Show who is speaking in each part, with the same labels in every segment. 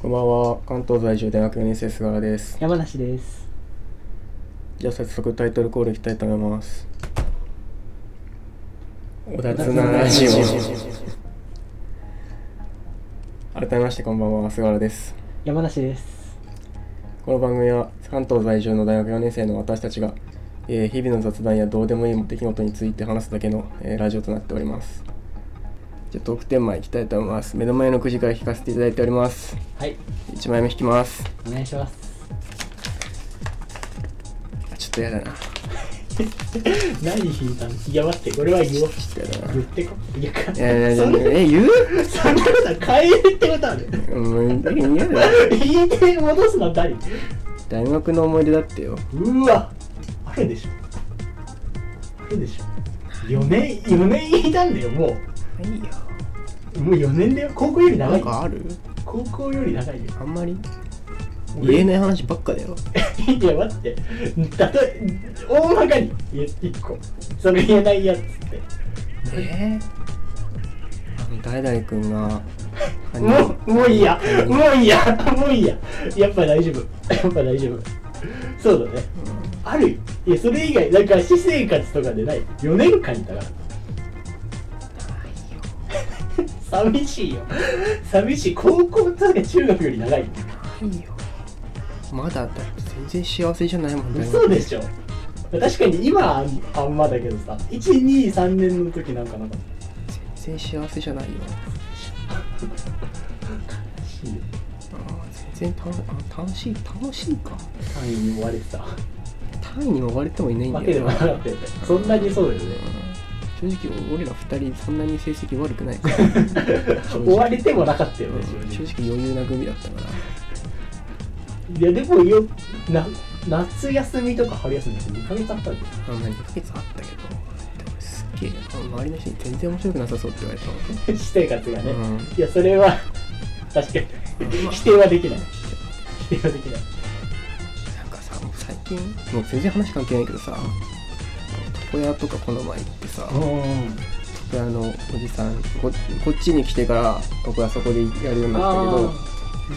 Speaker 1: こんばんは関東在住大学4年生菅原です
Speaker 2: 山梨です
Speaker 1: じゃあ早速タイトルコールいきたいと思いますおだつなラジオ改めましてこんばんは菅原です
Speaker 2: 山梨です
Speaker 1: この番組は関東在住の大学4年生の私たちが、えー日々の雑談やどうでもいい出来事について話すだけの、えーラジオとなっておりますじゃあトークテーマいきたいと思います目の前のくじから引かせていただいております
Speaker 2: はい
Speaker 1: 1枚目引きます
Speaker 2: お願いします
Speaker 1: あちょっとやだなち
Speaker 2: 何引いたのいや待って俺は言おう
Speaker 1: ょっとやだな
Speaker 2: 言ってこいやか
Speaker 1: いやいやいや
Speaker 2: そんな
Speaker 1: え言う
Speaker 2: そんなこと変えるってことある
Speaker 1: うん嫌だよ
Speaker 2: 引いて戻すのは誰う
Speaker 1: 大学の思い出だってよ
Speaker 2: ーわあるでしょあるでしょ4年4年いたんだよも
Speaker 1: いいよ
Speaker 2: うもう4年だよ高校より
Speaker 1: な
Speaker 2: 長
Speaker 1: ん
Speaker 2: い
Speaker 1: かある
Speaker 2: 高校より長いよ
Speaker 1: あんまり言えない話ばっかだよ
Speaker 2: いや待ってだと大まかに言って1個それ言えないやつって
Speaker 1: ええ誰々君があ
Speaker 2: も
Speaker 1: の
Speaker 2: う、もういいや、もういいや、もういいや。やっぱ大丈夫。やっぱ大丈夫。そうだね。あるよ。いや、それ以外、なんか、私生活とかでない。4年間いたから。寂しいよ。寂しい。高校とか中学より長い。
Speaker 1: ないよまだだって全然幸せじゃないもんね
Speaker 2: 嘘でしょ。確かに今はあんまだけどさ、1、2、3年の時なんかなかった。
Speaker 1: 全然幸せじゃないよ
Speaker 2: 悲しいよ
Speaker 1: あー全然た楽しい楽しいか
Speaker 2: 単位に追われてた。
Speaker 1: 単位に追われてもいないん
Speaker 2: わ
Speaker 1: だ
Speaker 2: けで
Speaker 1: よ
Speaker 2: もなかったよね。そんなにそうだよね。
Speaker 1: うん正直俺ら二人そんなに成績悪くないから 直
Speaker 2: 追われてもなかったよ
Speaker 1: う
Speaker 2: ね、
Speaker 1: ん
Speaker 2: 正直
Speaker 1: 正。直余裕な組だったから
Speaker 2: いやでもよな夏休みとか春休みって2ヶ月あったんです
Speaker 1: あまあ2ヶ月あったけどでもすっげえ周りの人に全然面白くなさそうって言われたもん
Speaker 2: よ私生活がね、
Speaker 1: うん
Speaker 2: いやそれは確かに
Speaker 1: まあ
Speaker 2: 否定はできない否定はできない
Speaker 1: なんかさもう最近もう全然話関係ないけどさ床屋とかこの前行ってさ床屋のおじさんここっちに来てから床屋そこでやるようになったけど
Speaker 2: あ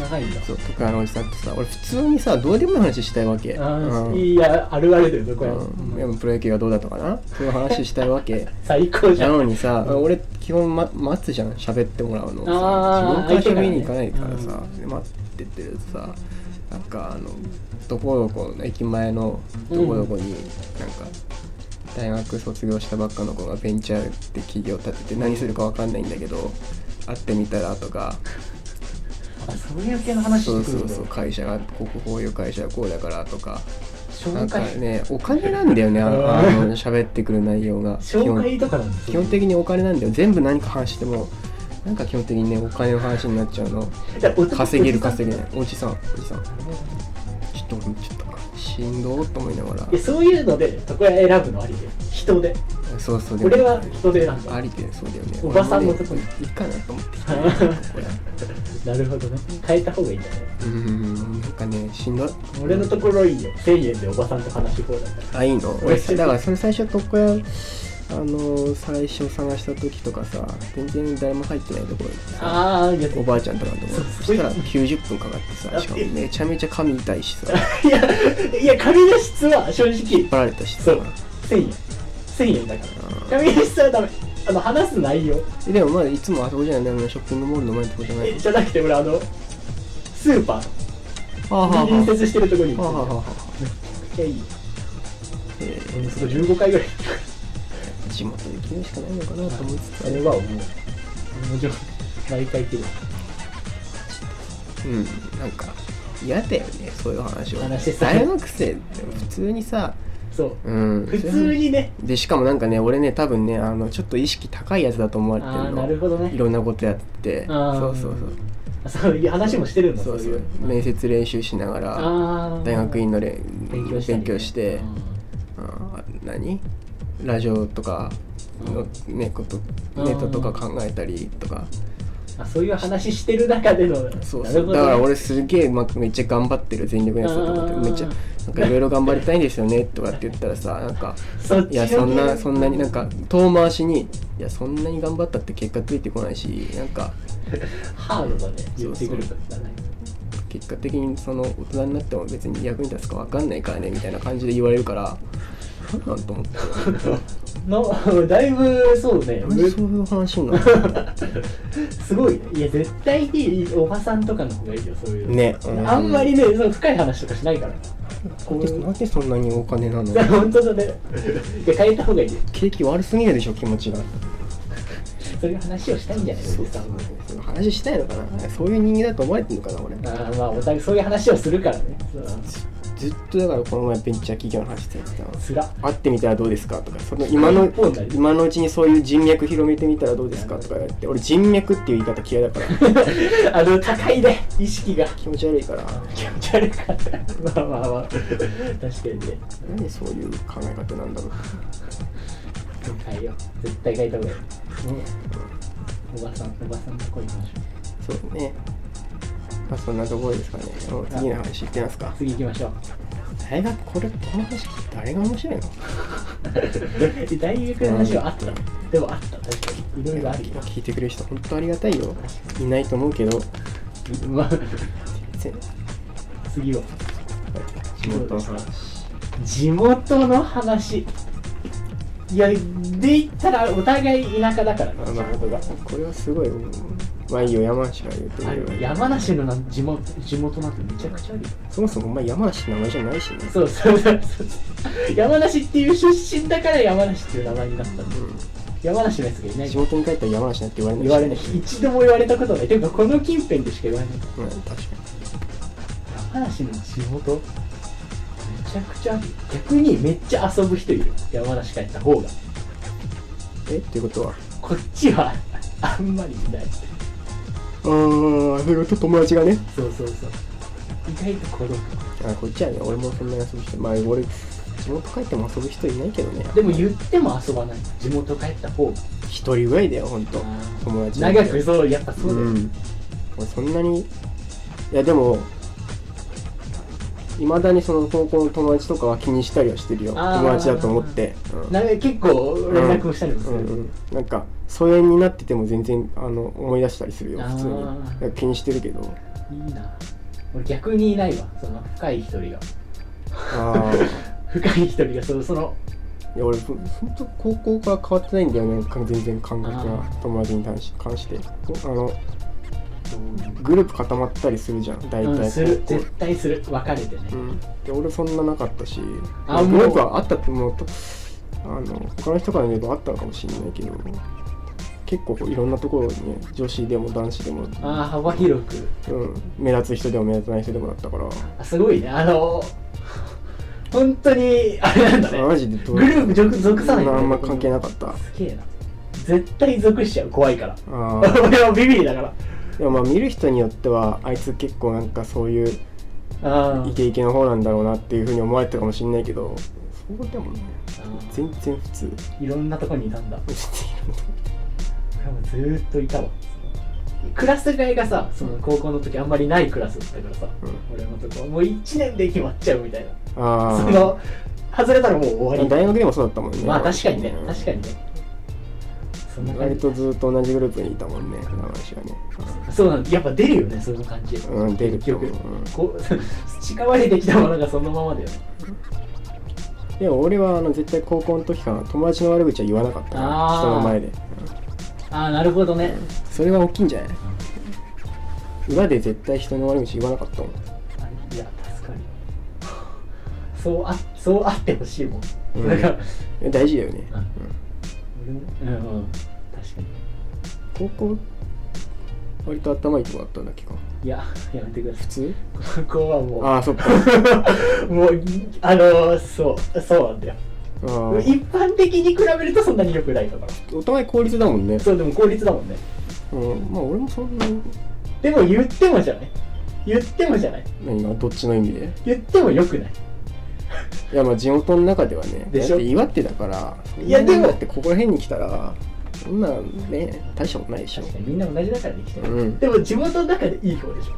Speaker 2: 長いんだ
Speaker 1: そう床屋のおじさんってさ俺普通にさどうでもいい話したいわけ
Speaker 2: あー、
Speaker 1: うん
Speaker 2: いやあるあるだよどこや、
Speaker 1: うん、いやプロ野球がどうだとかなそういう話したいわけ
Speaker 2: 最高じゃ
Speaker 1: なんのにさ、
Speaker 2: うん
Speaker 1: 俺基本、ま、待つじゃん喋ってもらうのを
Speaker 2: あ
Speaker 1: さ
Speaker 2: ー
Speaker 1: 自分から喋りに行かないから
Speaker 2: 相手
Speaker 1: さ
Speaker 2: が、
Speaker 1: で待ってってるとさなんかあのどこどこ駅前のどこどこになんか、大学卒業したばっかの子がベンチャーって企業立てて何するかわかんないんだけど会ってみたらとか
Speaker 2: あそういう系の話
Speaker 1: そう
Speaker 2: して
Speaker 1: そ
Speaker 2: くるん
Speaker 1: う
Speaker 2: だ
Speaker 1: そう会社がこここういう会社はこうだからとかなん
Speaker 2: 紹
Speaker 1: か
Speaker 2: 介、
Speaker 1: ねお金なんだよねあのあの喋ってくる内容が基
Speaker 2: 紹
Speaker 1: 本
Speaker 2: 介とかなんです
Speaker 1: 基本的にお金なんだよ全部何か話してもなんか基本的にねお金の話になっちゃうの稼げる稼げないおじさんおじさんちょっと俺もちょっとしんどーっと思いながら
Speaker 2: いやそういうので床屋選ぶのありで人で
Speaker 1: そうそう
Speaker 2: 俺は人で選んだ
Speaker 1: ありでそうだよね
Speaker 2: おばさんのとこ
Speaker 1: 俺もねいいかなと思ってき
Speaker 2: なるほどね変えた方がいいんじゃない
Speaker 1: うんなんかねしんどい
Speaker 2: 俺のところいいよ1000円でおばさんと話し放題だ
Speaker 1: あいいの俺さだからそれ最初床屋あのー最初探した時とかさ全然誰も入ってないところにさ
Speaker 2: ああいや
Speaker 1: おばあちゃんとかのところそしたら90分かかってさしかもめちゃめちゃ髪痛いしさ
Speaker 2: いやいや紙の質は正
Speaker 1: 引
Speaker 2: 直
Speaker 1: っ張られたし
Speaker 2: そ
Speaker 1: さ
Speaker 2: う1000円1000円だから紙の質はダメあの話す内容
Speaker 1: えでもまあいつもあそこじゃないのショッピングモールの前のとこじゃない
Speaker 2: えじゃなくて俺あのスーパー
Speaker 1: あは
Speaker 2: 隣接してるところに
Speaker 1: あはあはあ
Speaker 2: 行
Speaker 1: はあ
Speaker 2: っていやいい
Speaker 1: え
Speaker 2: 俺そこ15回ぐらい
Speaker 1: ー地元で決めるしかないのかなと思いつつ
Speaker 2: あれはもうもちろん毎回来る
Speaker 1: うんなんか嫌だよねそういう話は
Speaker 2: 話さ
Speaker 1: 大学生って普通にさ
Speaker 2: そう
Speaker 1: うん
Speaker 2: 普
Speaker 1: そう
Speaker 2: 通
Speaker 1: いう話
Speaker 2: にね
Speaker 1: でしかもなんかね俺ね多分ねあのちょっと意識高いやつだと思われてる
Speaker 2: ああ
Speaker 1: の
Speaker 2: なるほどね
Speaker 1: いろんなことやって
Speaker 2: あー
Speaker 1: そうそうそう
Speaker 2: そういう話もしてるんだ
Speaker 1: そう
Speaker 2: い
Speaker 1: そう面接練習しながら
Speaker 2: ああ
Speaker 1: 大学院のれ
Speaker 2: 勉強したり
Speaker 1: 勉強して
Speaker 2: うん
Speaker 1: あー何ラジオとかのねことネットとか考えたりとか
Speaker 2: あそういう話してる中での
Speaker 1: そう
Speaker 2: な
Speaker 1: そ
Speaker 2: る
Speaker 1: う
Speaker 2: ほ
Speaker 1: だ
Speaker 2: ど
Speaker 1: から俺すげえまめっちゃ頑張ってる全力のやつだと思ってめっちゃ
Speaker 2: あ
Speaker 1: なんかいろいろ頑張りたいんですよねとかって言ったらさなん か
Speaker 2: そっ
Speaker 1: い
Speaker 2: ちの
Speaker 1: や
Speaker 2: ね
Speaker 1: そんなそんなになんか遠回しにいやそんなに頑張ったって結果ついてこないしなんか
Speaker 2: ハードだね
Speaker 1: そ
Speaker 2: 言
Speaker 1: う
Speaker 2: っ
Speaker 1: そう
Speaker 2: てくることだね
Speaker 1: 結果的にその大人になっても別に役に立つか分かんないからねみたいな感じで言われるからなんと思って
Speaker 2: の だいぶそうね
Speaker 1: なんでそういう話になる の
Speaker 2: すごいねいや絶対におばさんとかの方がいいよそういうの
Speaker 1: ね
Speaker 2: あんまりねその深い話とかしないから
Speaker 1: なんでなんでそんなにお金なの
Speaker 2: いや本当だねいや変えた方がいいね
Speaker 1: 景気悪すぎるでしょ気持ちが
Speaker 2: そういう話をしたいんじゃないですか
Speaker 1: その話したいのかなそういう人間だと思われてるのかな俺
Speaker 2: あーまあお互いそういう話をするからねそう
Speaker 1: ずっとだからこの前ベンチャー企業の話してたの
Speaker 2: つらっ
Speaker 1: 会ってみたらどうですかとかその今の
Speaker 2: 一方になる
Speaker 1: 今のうちにそういう人脈広めてみたらどうですかとか言って俺人脈っていう言い方嫌いだから
Speaker 2: あの高いね意識が
Speaker 1: 気持ち悪いから
Speaker 2: 気持ち悪かったまあまあまあ確かにね
Speaker 1: なんでそういう考え方なんだろう
Speaker 2: 変えよう絶対変えた方がいいおばさんおばさんの声行きましょ
Speaker 1: そうねまあそんなところですかねもう次の話いってみますか
Speaker 2: う次行きましょう
Speaker 1: 大学これこの話聞いて誰が面白いの
Speaker 2: 大学の話はあったのでもあった確かにいろいろあるよ
Speaker 1: 聞いてくれる人本当ありがたいよいないと思うけど
Speaker 2: まあ
Speaker 1: 全然
Speaker 2: 次は
Speaker 1: 地元の話
Speaker 2: 地元の話いやで言ったらお互い田舎だからね
Speaker 1: あ
Speaker 2: 地
Speaker 1: まあ
Speaker 2: 元が
Speaker 1: これはすごいうんまあいいよ山梨は言う
Speaker 2: ある
Speaker 1: といいよ
Speaker 2: 山梨のな地元地元なんてめちゃくちゃあるよ
Speaker 1: そもそもお前山梨の名前じゃないしね
Speaker 2: そうそうそうそう山梨っていう出身だから山梨っていう名前になったんだ山梨のやつがいない
Speaker 1: 地元に帰ったら山梨なんて言われない
Speaker 2: 言われない一度も言われたことないというかこの近辺でしか言われない
Speaker 1: うん確かに
Speaker 2: 山梨の地元めちゃくちゃあるよ逆にめっちゃ遊ぶ人いる山梨帰った方が
Speaker 1: えっていうことは
Speaker 2: こっちはあんまりいない
Speaker 1: あーそれと友達がね
Speaker 2: そうそうそう意外と孤独
Speaker 1: あこっちはね俺もそんなに遊ぶ人まあ俺地元帰っても遊ぶ人いないけどね
Speaker 2: でも言っても遊ばない地元帰った方が
Speaker 1: 一人ぐらいだよほんと友達なんて
Speaker 2: 長くそうやっぱそうだよ、
Speaker 1: ん、俺そんなにいやでもいまだにその高校の友達とかは気にしたりはしてるよ
Speaker 2: あー
Speaker 1: 友達だと思って、うん
Speaker 2: なんか結構連絡をしたりもする、
Speaker 1: うんうんなんか疎遠になってても全然あの思い出したりするよ
Speaker 2: あー
Speaker 1: 普通にいや気にしてるけど
Speaker 2: いいな俺逆にいないわその深い一人が
Speaker 1: ああ
Speaker 2: 深い一人がそのその
Speaker 1: いや俺ほんほんと高校から変わってないんだよねか全然感覚
Speaker 2: あ
Speaker 1: が友達に関し関してあのグループ固まったりするじゃん大体、
Speaker 2: うん、する
Speaker 1: 高校
Speaker 2: 絶対する別れてね、
Speaker 1: うん、で俺そんななかったし
Speaker 2: あ
Speaker 1: グ
Speaker 2: もう
Speaker 1: ループはあったってもうとあの他の人から見ればあったのかもしれないけど結構いろんなところにね女子でも男子でも、
Speaker 2: ああ幅広く
Speaker 1: うん、目立つ人でも目立たない人でもだったから
Speaker 2: あすごいねあの本当にあれなんだね
Speaker 1: マジでど
Speaker 2: グループ属属さない
Speaker 1: あんま関係なかった
Speaker 2: すげえな絶対属しちゃう怖いから
Speaker 1: あー
Speaker 2: 俺はビビりだから
Speaker 1: でもまあ見る人によってはあいつ結構なんかそういう
Speaker 2: あ
Speaker 1: イケイケの方なんだろうなっていうふうに思われてたかもしれないけどそうでもね
Speaker 2: あ
Speaker 1: 全然普通
Speaker 2: いろんなとこにいたんだ俺もずーっといたわクラス替えがさその高校の時あんまりないクラスだったからさ、
Speaker 1: う
Speaker 2: 俺のとこはもう1年で決まっちゃうみたいな
Speaker 1: あ
Speaker 2: そ
Speaker 1: あ
Speaker 2: の外れたらもう終わり
Speaker 1: 大学でもそうだったもんね
Speaker 2: まあ確かにね
Speaker 1: うん
Speaker 2: 確かにねそんな感
Speaker 1: 割
Speaker 2: じ
Speaker 1: とずっと同じグループにいたもんね、話はね。
Speaker 2: そうなんやっぱ出るよねその感じ
Speaker 1: うん、出る
Speaker 2: 記
Speaker 1: と
Speaker 2: 憶
Speaker 1: 思う。うん
Speaker 2: こう 培われてきたものがそのままだよね
Speaker 1: でも俺はあの絶対高校の時から友達の悪口は言わなかったから
Speaker 2: あー
Speaker 1: 人の前で。うん
Speaker 2: ああなるほどね
Speaker 1: それは大きいんじゃない裏で絶対人の悪口言わなかったもん。
Speaker 2: いや確かにそうあそうあってほしいもん、
Speaker 1: うん
Speaker 2: なんか
Speaker 1: え大事だよね。
Speaker 2: うん俺もうんうん確かに
Speaker 1: 高校、割と頭いいとこだったんだっけか。
Speaker 2: いややめてくださ
Speaker 1: 普通
Speaker 2: い ここはもう
Speaker 1: ああ、そっか。
Speaker 2: もうあのそうそうなんだよ
Speaker 1: あー
Speaker 2: 一般的に比べるとそんなに良くないだから
Speaker 1: お互い効率だもんね。
Speaker 2: そうでも効率だもんね
Speaker 1: うん、まあ俺もそんなに、
Speaker 2: でも言ってもじゃない言ってもじゃない
Speaker 1: 何がどっちの意味で
Speaker 2: 言っても良くない
Speaker 1: いやまあ地元の中ではね
Speaker 2: でし
Speaker 1: だ
Speaker 2: ょ
Speaker 1: って岩手だから
Speaker 2: いやでも
Speaker 1: だってここら辺に来たらそんなね大したことないでしょ
Speaker 2: 確かにみんな同じだからできてる、
Speaker 1: うん
Speaker 2: でも地元の中でいい方でしょ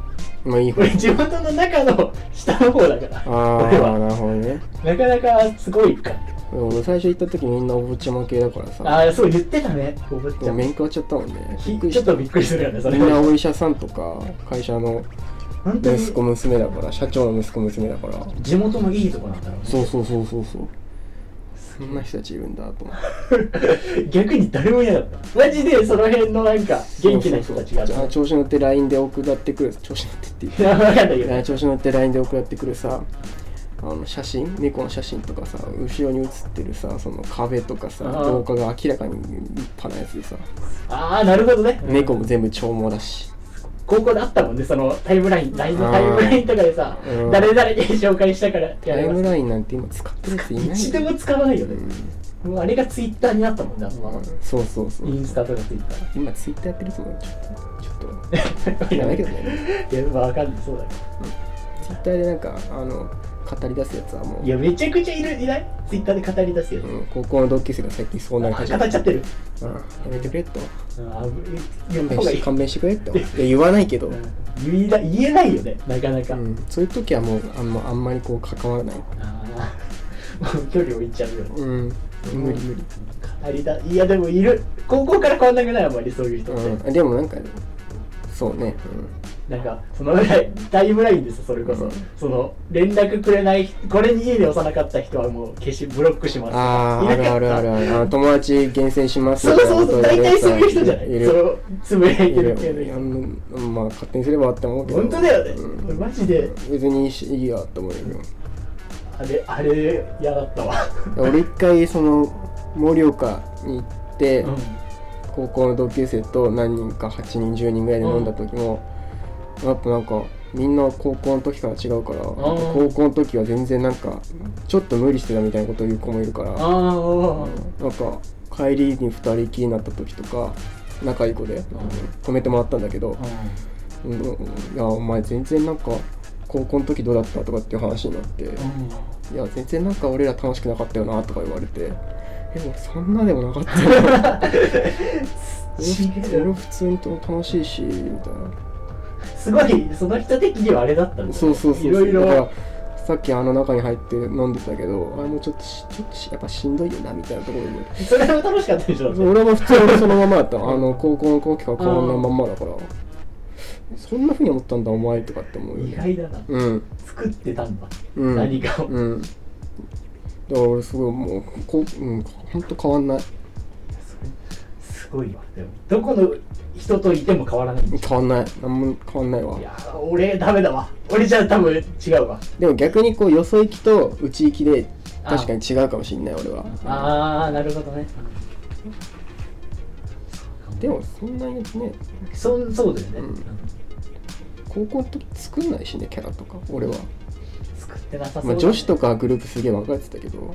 Speaker 1: まあいい 方
Speaker 2: 俺地元の中の下の方だから
Speaker 1: あ
Speaker 2: 俺
Speaker 1: あ
Speaker 2: は
Speaker 1: なるほどね
Speaker 2: なかなかすごいか
Speaker 1: 俺最初行った時みんなお坊ちゃま系だからさ
Speaker 2: ああそう言ってたねお坊ち
Speaker 1: で
Speaker 2: ゃ
Speaker 1: も
Speaker 2: ん
Speaker 1: 免許はちゃったもんね
Speaker 2: ひちょっとびっくりするよねそ
Speaker 1: み
Speaker 2: れ
Speaker 1: んな
Speaker 2: は
Speaker 1: お医者さんとか会社の
Speaker 2: 本当に
Speaker 1: 息子娘だから社長の息子娘だから
Speaker 2: 地元のいいとこなんだろうね
Speaker 1: そうそうそうそうそうそんな人たちいるんだと思って
Speaker 2: 逆に誰もいなかったマジでその辺のなんか元気な人たちが
Speaker 1: そうそうそうあ調子乗って LINE で送らってくる調子乗ってって言って
Speaker 2: 分かんないけど
Speaker 1: ね調子乗って LINE で送られてくるさあの写真猫の写真とかさ後ろに写ってるさその壁とかさ
Speaker 2: あー
Speaker 1: 廊下が明らかに立派なやつでさ
Speaker 2: ああなるほどね
Speaker 1: 猫も全部長毛だし
Speaker 2: 高校であったもんねそのタイムライン LINE のタイムラインとかでさ
Speaker 1: うん
Speaker 2: 誰々に紹介したからってや
Speaker 1: タイ
Speaker 2: れ
Speaker 1: ム
Speaker 2: ば
Speaker 1: ラインなんて今使ってるやついないよ
Speaker 2: 一度も使わないよ
Speaker 1: う
Speaker 2: ね
Speaker 1: ん
Speaker 2: もうあれがツイッターになったもんねあのまま
Speaker 1: そうそうそう
Speaker 2: インスタとかツイッター
Speaker 1: 今ツイッターやってる人もちょっとちょっといらないけどね
Speaker 2: いやまあわかんないそうだけ
Speaker 1: ツイッターでなんかあの語り出すやつはも
Speaker 2: ど
Speaker 1: う
Speaker 2: いやめちゃくちゃいるいないツイッターで語り出すやつ
Speaker 1: うん、高校の同級生が最近そうなり
Speaker 2: あ
Speaker 1: 始
Speaker 2: 語
Speaker 1: め
Speaker 2: っちゃってる
Speaker 1: た、うん、やめてくれと
Speaker 2: あぶ言
Speaker 1: 勘弁
Speaker 2: った方がい
Speaker 1: し
Speaker 2: い
Speaker 1: 勘弁してくれといや言わないけ ど
Speaker 2: 言いだ言えないよねなかなか、
Speaker 1: うん、そういう時はもうあんまあんまりこう関わらない、
Speaker 2: あーもう距離置いちゃうよね
Speaker 1: うん、無理無理、
Speaker 2: 語りだいやでもいる高校から変わんなくないあんまりそういう人って、
Speaker 1: うん、でもなんかそうね、
Speaker 2: なんかそのぐらいタイムラインですよそれこそ、
Speaker 1: うん
Speaker 2: その連絡くれないこれに家で幼かった人はもう消しブロックしま
Speaker 1: うん、
Speaker 2: す
Speaker 1: あああ
Speaker 2: いな
Speaker 1: るあ
Speaker 2: かった
Speaker 1: るあるあるあの友達厳選します
Speaker 2: そうそうそう
Speaker 1: みた
Speaker 2: 大
Speaker 1: いなこ
Speaker 2: 体
Speaker 1: と
Speaker 2: そう
Speaker 1: や
Speaker 2: いう人じゃない
Speaker 1: い
Speaker 2: そ
Speaker 1: る
Speaker 2: のつぶやいて
Speaker 1: い
Speaker 2: る
Speaker 1: る
Speaker 2: 系の
Speaker 1: いや
Speaker 2: 人
Speaker 1: うんまあ勝手にすればって思うけど
Speaker 2: 本当だよね、
Speaker 1: うん
Speaker 2: 俺マジで
Speaker 1: 別にいいやって思うよ
Speaker 2: あれあれ嫌だったわ、
Speaker 1: 俺一回その盛岡に行って、
Speaker 2: うん
Speaker 1: 高校の同級生と何人か8人10人ぐらいで飲んだ時も、やっぱなんかみんな高校の時から違うから、高校の時は全然なんかちょっと無理してたみたいなことを言う子もいるから、
Speaker 2: ああ
Speaker 1: なんか帰りに2人きりになった時とか仲いい子で、止めてもらったんだけど「うんうんいやお前全然なんか高校の時どうだった?」とかっていう話になって。いや全然なんか俺ら楽しくなかったよなとか言われてでもそんなでもなか ったよ俺俺普通にと楽しいしみたいな
Speaker 2: すごいその人的にはあれだったんだよね
Speaker 1: そうそうそうい
Speaker 2: ろい
Speaker 1: だ
Speaker 2: ろ
Speaker 1: からさっきあの中に入って飲んでたけどあれもちょっとしちょっとしやっぱしんどいよなみたいなところで
Speaker 2: それも楽しかったでしょだって
Speaker 1: 俺も普通にそのままだった あの高校の時から変わんないまんまだからそんなふうに思ったんだお前とかって思うよ
Speaker 2: 意
Speaker 1: ね
Speaker 2: 外だな
Speaker 1: うん
Speaker 2: 作ってたんだ
Speaker 1: うん
Speaker 2: 何かを
Speaker 1: うんだから俺すごいもうこう、うん、ほんと変わんない
Speaker 2: すごいわでもどこの人といても変わらないんだ
Speaker 1: 変わんない何も変わんないわ
Speaker 2: いやー俺ダメだわ俺じゃ多分違うわ
Speaker 1: でも逆にこうよそ行きと内行きで確かに違うかもしんない俺は
Speaker 2: ああなるほどね
Speaker 1: でもそんなにね
Speaker 2: そそうだよね、
Speaker 1: うん高校の時作んないしねキャラとか俺は、
Speaker 2: 作ってなさそうだ
Speaker 1: まあ、
Speaker 2: ね
Speaker 1: 女子とかグループすげえ分かれてたけど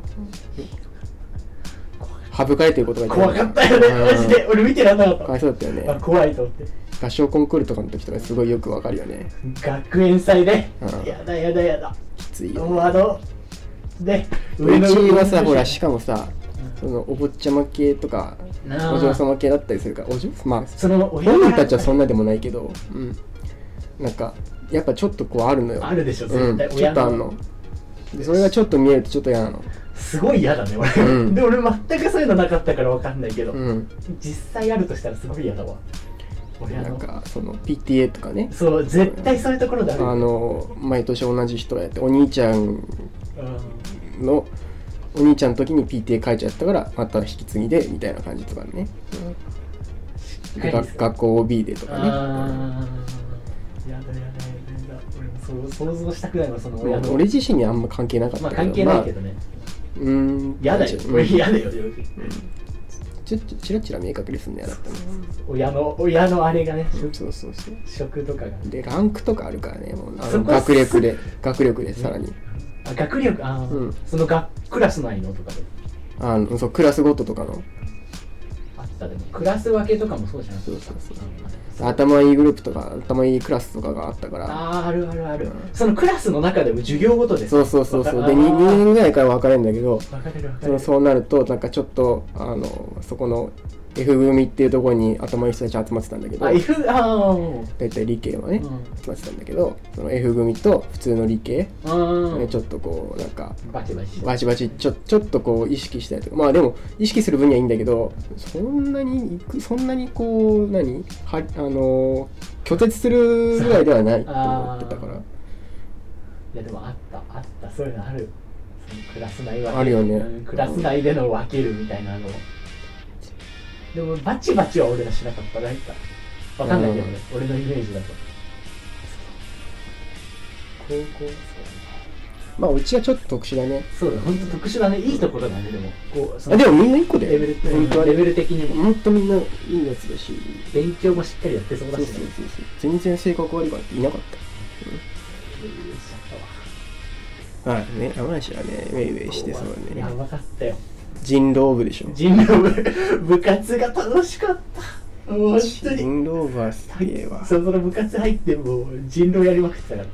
Speaker 1: 省かれてることがいっぱい
Speaker 2: 怖かったよねマジで俺見てらんなかっ
Speaker 1: うん
Speaker 2: た
Speaker 1: かわいそうだったよ
Speaker 2: あ
Speaker 1: ね
Speaker 2: 怖いと思って
Speaker 1: 合唱コンクールとかの時とかすごいよく分かるよね
Speaker 2: 学園祭で、
Speaker 1: うん
Speaker 2: やだやだやだ
Speaker 1: きついよ
Speaker 2: もうあので
Speaker 1: うちはさほらしかもさそのお坊ちゃま系とか
Speaker 2: なあ
Speaker 1: お嬢様系だったりするからお嬢まあ
Speaker 2: その親
Speaker 1: 本人たちはそんなでもないけど、うん、なんかやっぱちょっとこうあるのよ
Speaker 2: あるでしょ
Speaker 1: う
Speaker 2: 絶
Speaker 1: ん、
Speaker 2: 対
Speaker 1: ちょ
Speaker 2: 親
Speaker 1: っとあんのでそれがちょっと見えるとちょっと嫌なの
Speaker 2: すごい嫌だね俺、
Speaker 1: うん
Speaker 2: で俺全くそういうのなかったからわかんないけど、
Speaker 1: うん
Speaker 2: 実際あるとしたらすごい嫌だわ俺あ
Speaker 1: な
Speaker 2: の
Speaker 1: んかその PTA とかね
Speaker 2: そう絶対そういうところであ
Speaker 1: あ
Speaker 2: るよ
Speaker 1: の毎年同じ人がやってお兄ちゃん
Speaker 2: うん
Speaker 1: のお兄ちゃんの時に PTA 書いちゃったからまた引き継ぎでみたいな感じとかね、うん、で
Speaker 2: はい
Speaker 1: が学校 OB でとかね
Speaker 2: あーやだやだやだやだ俺もそう想像したくないわその
Speaker 1: うん
Speaker 2: 親の
Speaker 1: 俺自身にあんま関係なかっ
Speaker 2: まあ
Speaker 1: た
Speaker 2: 関係ないけ
Speaker 1: ど
Speaker 2: どね、
Speaker 1: まあうーん
Speaker 2: 嫌だよ
Speaker 1: ちょ
Speaker 2: 俺嫌だよ、
Speaker 1: ちょっとチラチラ見え隠れすんのやだったの
Speaker 2: 親の親のあれがね
Speaker 1: そうそうそう
Speaker 2: 職とかが
Speaker 1: でランクとかあるからねもうあ
Speaker 2: そ
Speaker 1: の
Speaker 2: こは
Speaker 1: 学力で学力でさらに、
Speaker 2: あ学力あー、
Speaker 1: うん
Speaker 2: その学クラス内のとかで
Speaker 1: あのそうクラスごととかの
Speaker 2: あったでもクラス分けとかもそうじゃん
Speaker 1: そうそうそう
Speaker 2: うん
Speaker 1: 頭いいグループとか頭いいクラスとかがあったから
Speaker 2: あーあるあるある、
Speaker 1: うん
Speaker 2: そのクラスの中でも授業ごとで
Speaker 1: そうそうそうそう
Speaker 2: わか
Speaker 1: で 2,
Speaker 2: あー
Speaker 1: 年ぐらいから分かれるんだけど
Speaker 2: 分かれる分か
Speaker 1: そ
Speaker 2: れ
Speaker 1: の
Speaker 2: る
Speaker 1: そうなるとなんかちょっとあのそこの F 組っていうところに頭いい人たち集まってたんだけど
Speaker 2: あ、F、ああ、うん。
Speaker 1: 大体理系はね、
Speaker 2: うん
Speaker 1: 集まってたんだけどその F 組と普通の理系、
Speaker 2: うん。
Speaker 1: ちょっとこうなんか
Speaker 2: バチバチして。
Speaker 1: バチバチちょちょっとこう意識したりとかまあでも意識する分にはいいんだけどそんなにいくそんなにこう何はあのー拒絶するぐらいではないと思ってたから
Speaker 2: いや、でもあった、あった、そういうのある。そのクラス内分け
Speaker 1: あるよね
Speaker 2: うんクラス内での分けるみたいなの。でも、バチバチは俺らしなかった、なんか。わかんないけどね、俺のイメージだと。高校、そう
Speaker 1: まあうちはちょっと特殊だね
Speaker 2: そうだ、本当特殊だね、いいところだね、でも。こう、そ
Speaker 1: あ
Speaker 2: の
Speaker 1: でもみんな一個だ
Speaker 2: レ
Speaker 1: よ
Speaker 2: ベル、
Speaker 1: 本当は
Speaker 2: レ
Speaker 1: ね
Speaker 2: ベル的にも。
Speaker 1: ほんとみんないいやつだし
Speaker 2: 勉強もしっかりやってそ
Speaker 1: そうう
Speaker 2: だ
Speaker 1: そ
Speaker 2: し
Speaker 1: う
Speaker 2: ね。
Speaker 1: そうそう全然性格悪い子なんていなかっ
Speaker 2: ウェイウェイしちゃったわ
Speaker 1: たはいね山梨はねウェイウェイしてそうだ
Speaker 2: や
Speaker 1: ね
Speaker 2: ばかったよ。
Speaker 1: 人狼部でしょ
Speaker 2: 人狼部、部活が楽しかった。もう本当に。
Speaker 1: 人狼部はすげえわ
Speaker 2: そうその部活入ってもう人狼やりまくってたから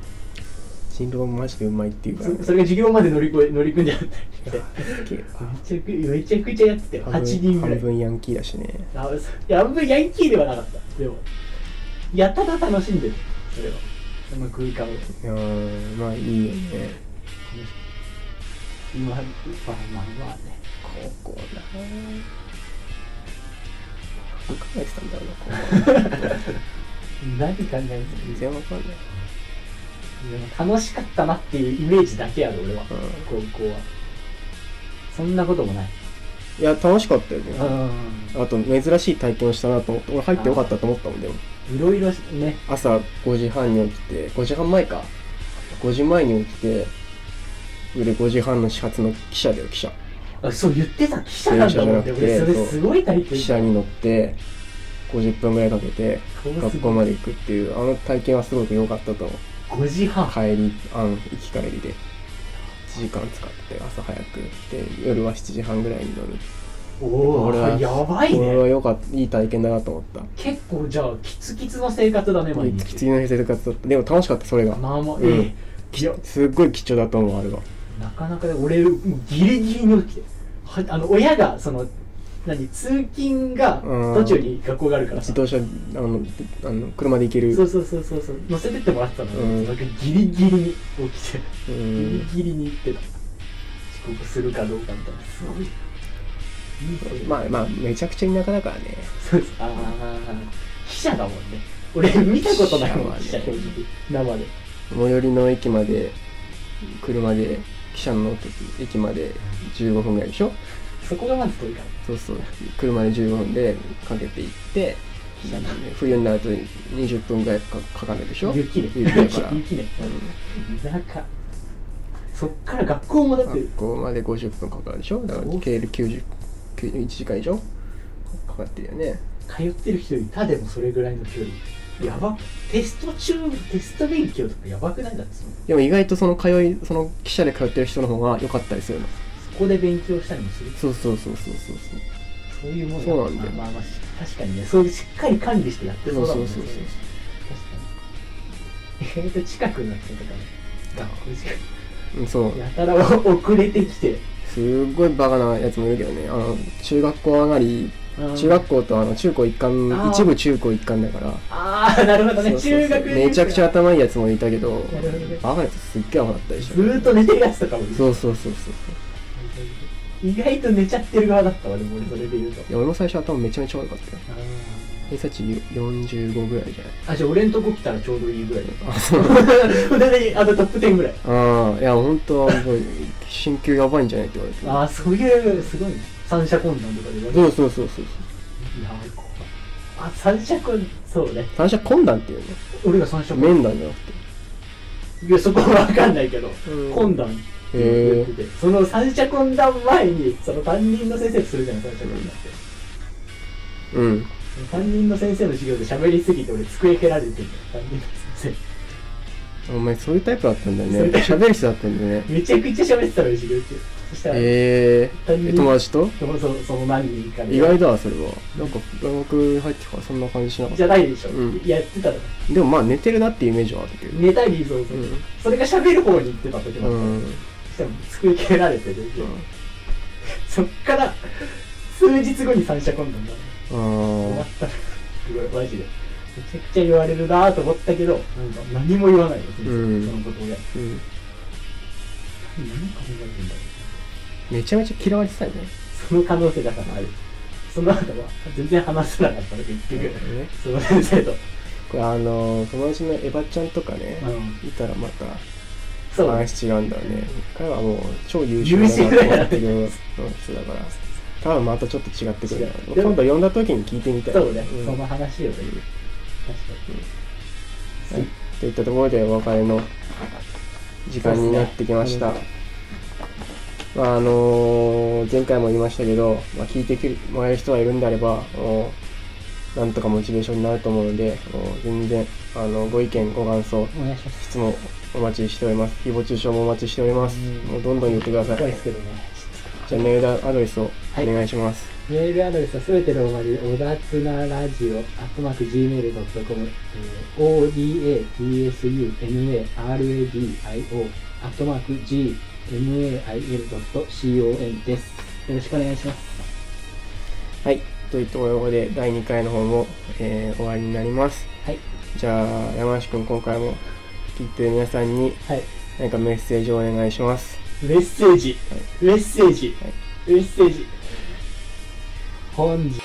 Speaker 1: 人狼マジでうまいっていうからね
Speaker 2: そそれが授業まで乗り越え乗り組んじゃったりして
Speaker 1: すげえわ
Speaker 2: めちゃくめちゃくちゃやってたよ8人ぐら
Speaker 1: 半
Speaker 2: い
Speaker 1: 分ヤンキーだしね
Speaker 2: あそういや半分ヤンキーではなかったでもやたら楽しんでるそれはその空間を
Speaker 1: いやーまあいいよね
Speaker 2: 今まあまあまあね
Speaker 1: 高校だ何考えてたんだろうな高校
Speaker 2: 何考えてる
Speaker 1: 全然わかんない
Speaker 2: でも楽しかったなっていうイメージだけやる俺は
Speaker 1: うん
Speaker 2: 高校はそんなこともない
Speaker 1: いや楽しかったよね
Speaker 2: ん
Speaker 1: あと珍しい体験をしたなと思って俺入ってよかったと思ったもんでも
Speaker 2: いろいろね
Speaker 1: 朝5時半に起きて5時半前か5時前に起きて俺5時半の始発の汽車だよ汽車
Speaker 2: あそう言ってた記者なんだもんね俺それすごい体験
Speaker 1: 汽車に乗って50分ぐらいかけて学校まで行くっていうあの体験はすごく良かったと思う
Speaker 2: 5時半
Speaker 1: 帰りあの行き帰りで1時間使って朝早くで夜は7時半ぐらいに乗る
Speaker 2: おお
Speaker 1: 俺は
Speaker 2: やばい
Speaker 1: これは
Speaker 2: ね
Speaker 1: 良かったいい体験だなと思った
Speaker 2: 結構じゃあキツキツの生活だね毎
Speaker 1: きつ
Speaker 2: 日
Speaker 1: いの生活だったでも楽しかったそれが
Speaker 2: まあまあ
Speaker 1: うん
Speaker 2: ええいや
Speaker 1: すっごい貴重だと思うあれは
Speaker 2: なかなかね俺ギリギリの起きてはあの親がその何通勤が
Speaker 1: うん
Speaker 2: 途中に学校があるから
Speaker 1: 自
Speaker 2: さ
Speaker 1: 動車あのあの車で行ける
Speaker 2: そうそうそうそうそう乗せてってもらってたの
Speaker 1: う
Speaker 2: に
Speaker 1: ん
Speaker 2: なんかギリギリに起きて
Speaker 1: う
Speaker 2: ギリ
Speaker 1: ん
Speaker 2: ギリに行ってた遅刻するかどうかみたいなすごいいい生活
Speaker 1: まあまあめちゃくちゃ田舎だからね
Speaker 2: そうです。ああ、記者だもんね。俺見たことないもん、記
Speaker 1: 記
Speaker 2: 者
Speaker 1: 者はね
Speaker 2: 正直。生で。
Speaker 1: 最寄りの駅まで車で汽車の駅まで15分ぐらいでしょ
Speaker 2: そこがまず遠いから。
Speaker 1: そうそう車で15分でかけて行って
Speaker 2: 汽車だ
Speaker 1: 冬になると20分ぐらいかかかるでしょ
Speaker 2: 雪ね。
Speaker 1: 雪だから
Speaker 2: 雪ね。田舎。そっから学校もだって
Speaker 1: 学、校まで50分かかるでしょだから
Speaker 2: そう
Speaker 1: 計90 1時間以上かかってるよね
Speaker 2: 通ってる人いたでもそれぐらいの距離。やば。テスト中、テスト勉強とかやばくないだってその
Speaker 1: でも意外とその通いその汽車で通ってる人の方が良かったりするの
Speaker 2: そこで勉強したりもする。
Speaker 1: そうそうそうそうそうそう
Speaker 2: そういうもん
Speaker 1: そうなんだよ
Speaker 2: まあまあまあ、し確かにね、そういうしっかり管理してやってそうだもんね。
Speaker 1: そうそうそうそう
Speaker 2: 確かに。意外と近くなってたから、学校近く。
Speaker 1: うんそう
Speaker 2: やたら遅れてきて
Speaker 1: すっごいバカなやつもいるけどねあの中学校上がり中学校とあの中高一
Speaker 2: あー
Speaker 1: 貫一部中高一貫だから
Speaker 2: ああなるほどね
Speaker 1: そうそう
Speaker 2: 中
Speaker 1: そう
Speaker 2: 学
Speaker 1: めちゃくちゃ頭いいやつもいたけど
Speaker 2: なるほどね
Speaker 1: バカなやつすっげえ甘かったでし
Speaker 2: ず
Speaker 1: ょ
Speaker 2: ーっと寝てるやつとかもいる
Speaker 1: そうそうそうそう
Speaker 2: 意外と寝ちゃってる側だったわでも俺それで言うと
Speaker 1: いや俺も最初頭めちゃめちゃ悪かったよ偏差値45ぐらいじゃない
Speaker 2: あじゃあ俺んとこ来たらちょうどいい ぐらいだ
Speaker 1: あそう
Speaker 2: ったであとトップ10ぐらい
Speaker 1: ああいや本当はもう進級やばいんじゃないって言われて
Speaker 2: ああそういうすごいね三者困難とかで言われて
Speaker 1: そうそうそうそうそう
Speaker 2: やばい怖いあ三者困そうね
Speaker 1: 単車困難っていうね
Speaker 2: 俺が三者困
Speaker 1: 面談じゃなくて
Speaker 2: いやそこは分かんないけど
Speaker 1: うん
Speaker 2: 困難って言っててその三者懇談前にその担任の先生とするじゃん三者懇談って
Speaker 1: うん
Speaker 2: 担任の先生の授業で喋りすぎて俺机蹴られてる担任の先
Speaker 1: お前そういうタイプだったんだ
Speaker 2: そうい
Speaker 1: ね
Speaker 2: うタイプ
Speaker 1: 喋る人だったんだね
Speaker 2: 生めちゃくちゃ喋ってたのよ授業中そしたら、
Speaker 1: え
Speaker 2: 担任
Speaker 1: ー、え友達と
Speaker 2: そのそのその何人かで
Speaker 1: 意外だわそれはなんか大学入ってからそんな感じしなかっ
Speaker 2: じゃないでしょ、
Speaker 1: うん
Speaker 2: やってたの
Speaker 1: たでもまあ寝てるなっていうイメージはあるけど
Speaker 2: 寝たりそうそう、
Speaker 1: うん
Speaker 2: それが喋る方に行ってた時
Speaker 1: う
Speaker 2: も、
Speaker 1: ん、うん、
Speaker 2: そしたら机蹴られてる、そっから数日後に三者懇談だね
Speaker 1: うん
Speaker 2: 困ったすごいマジでめちゃくちゃ言われるなぁと思ったけどなんか何も言わないよ、別
Speaker 1: うん
Speaker 2: にそのことで
Speaker 1: うん
Speaker 2: 何考えてんだろ
Speaker 1: めちゃめちゃ嫌われてたよね
Speaker 2: うその可能性がさあるその後は全然話せなかったの結局、
Speaker 1: ね
Speaker 2: その先生と、
Speaker 1: これあの友達のエヴァちゃんとかね
Speaker 2: うん、
Speaker 1: いたらまた
Speaker 2: そうだね
Speaker 1: 話違うんだよね彼はもう超優秀
Speaker 2: 優秀だよ
Speaker 1: なって る人だから多分またちょっと違ってくるんだろう
Speaker 2: 違う
Speaker 1: 今度呼んだ時に聞いてみたい
Speaker 2: そうね、
Speaker 1: ん
Speaker 2: その話よね確かに、
Speaker 1: といったところでお別れの時間になってきました、
Speaker 2: そうで
Speaker 1: まああのー前回も言いましたけど、まあ、聞いてくもらえる人がいるんであればおなんとかモチベーションになると思うのでお全然あのご意見ご感想
Speaker 2: お願いします
Speaker 1: 質問お待ちしております誹謗中傷もお待ちしております
Speaker 2: うん
Speaker 1: もうどんどん言ってください
Speaker 2: 怖いですけどね
Speaker 1: じゃあメールアドレスをお願いします、
Speaker 2: メールアドレスはすべてローマ字で、小田つなラジオ、アットマーク Gmail.com、えー odatsunaradio、アットマーク gmail.com です。よろしくお願いします。
Speaker 1: はい、というところで第2回の方も、えー終わりになります
Speaker 2: はい。
Speaker 1: じゃあ山梨君今回も聞いてる皆さんに
Speaker 2: はい。
Speaker 1: 何かメッセージをお願いします
Speaker 2: メッセージ、メッセージ、
Speaker 1: はい
Speaker 2: メッセージ。本日。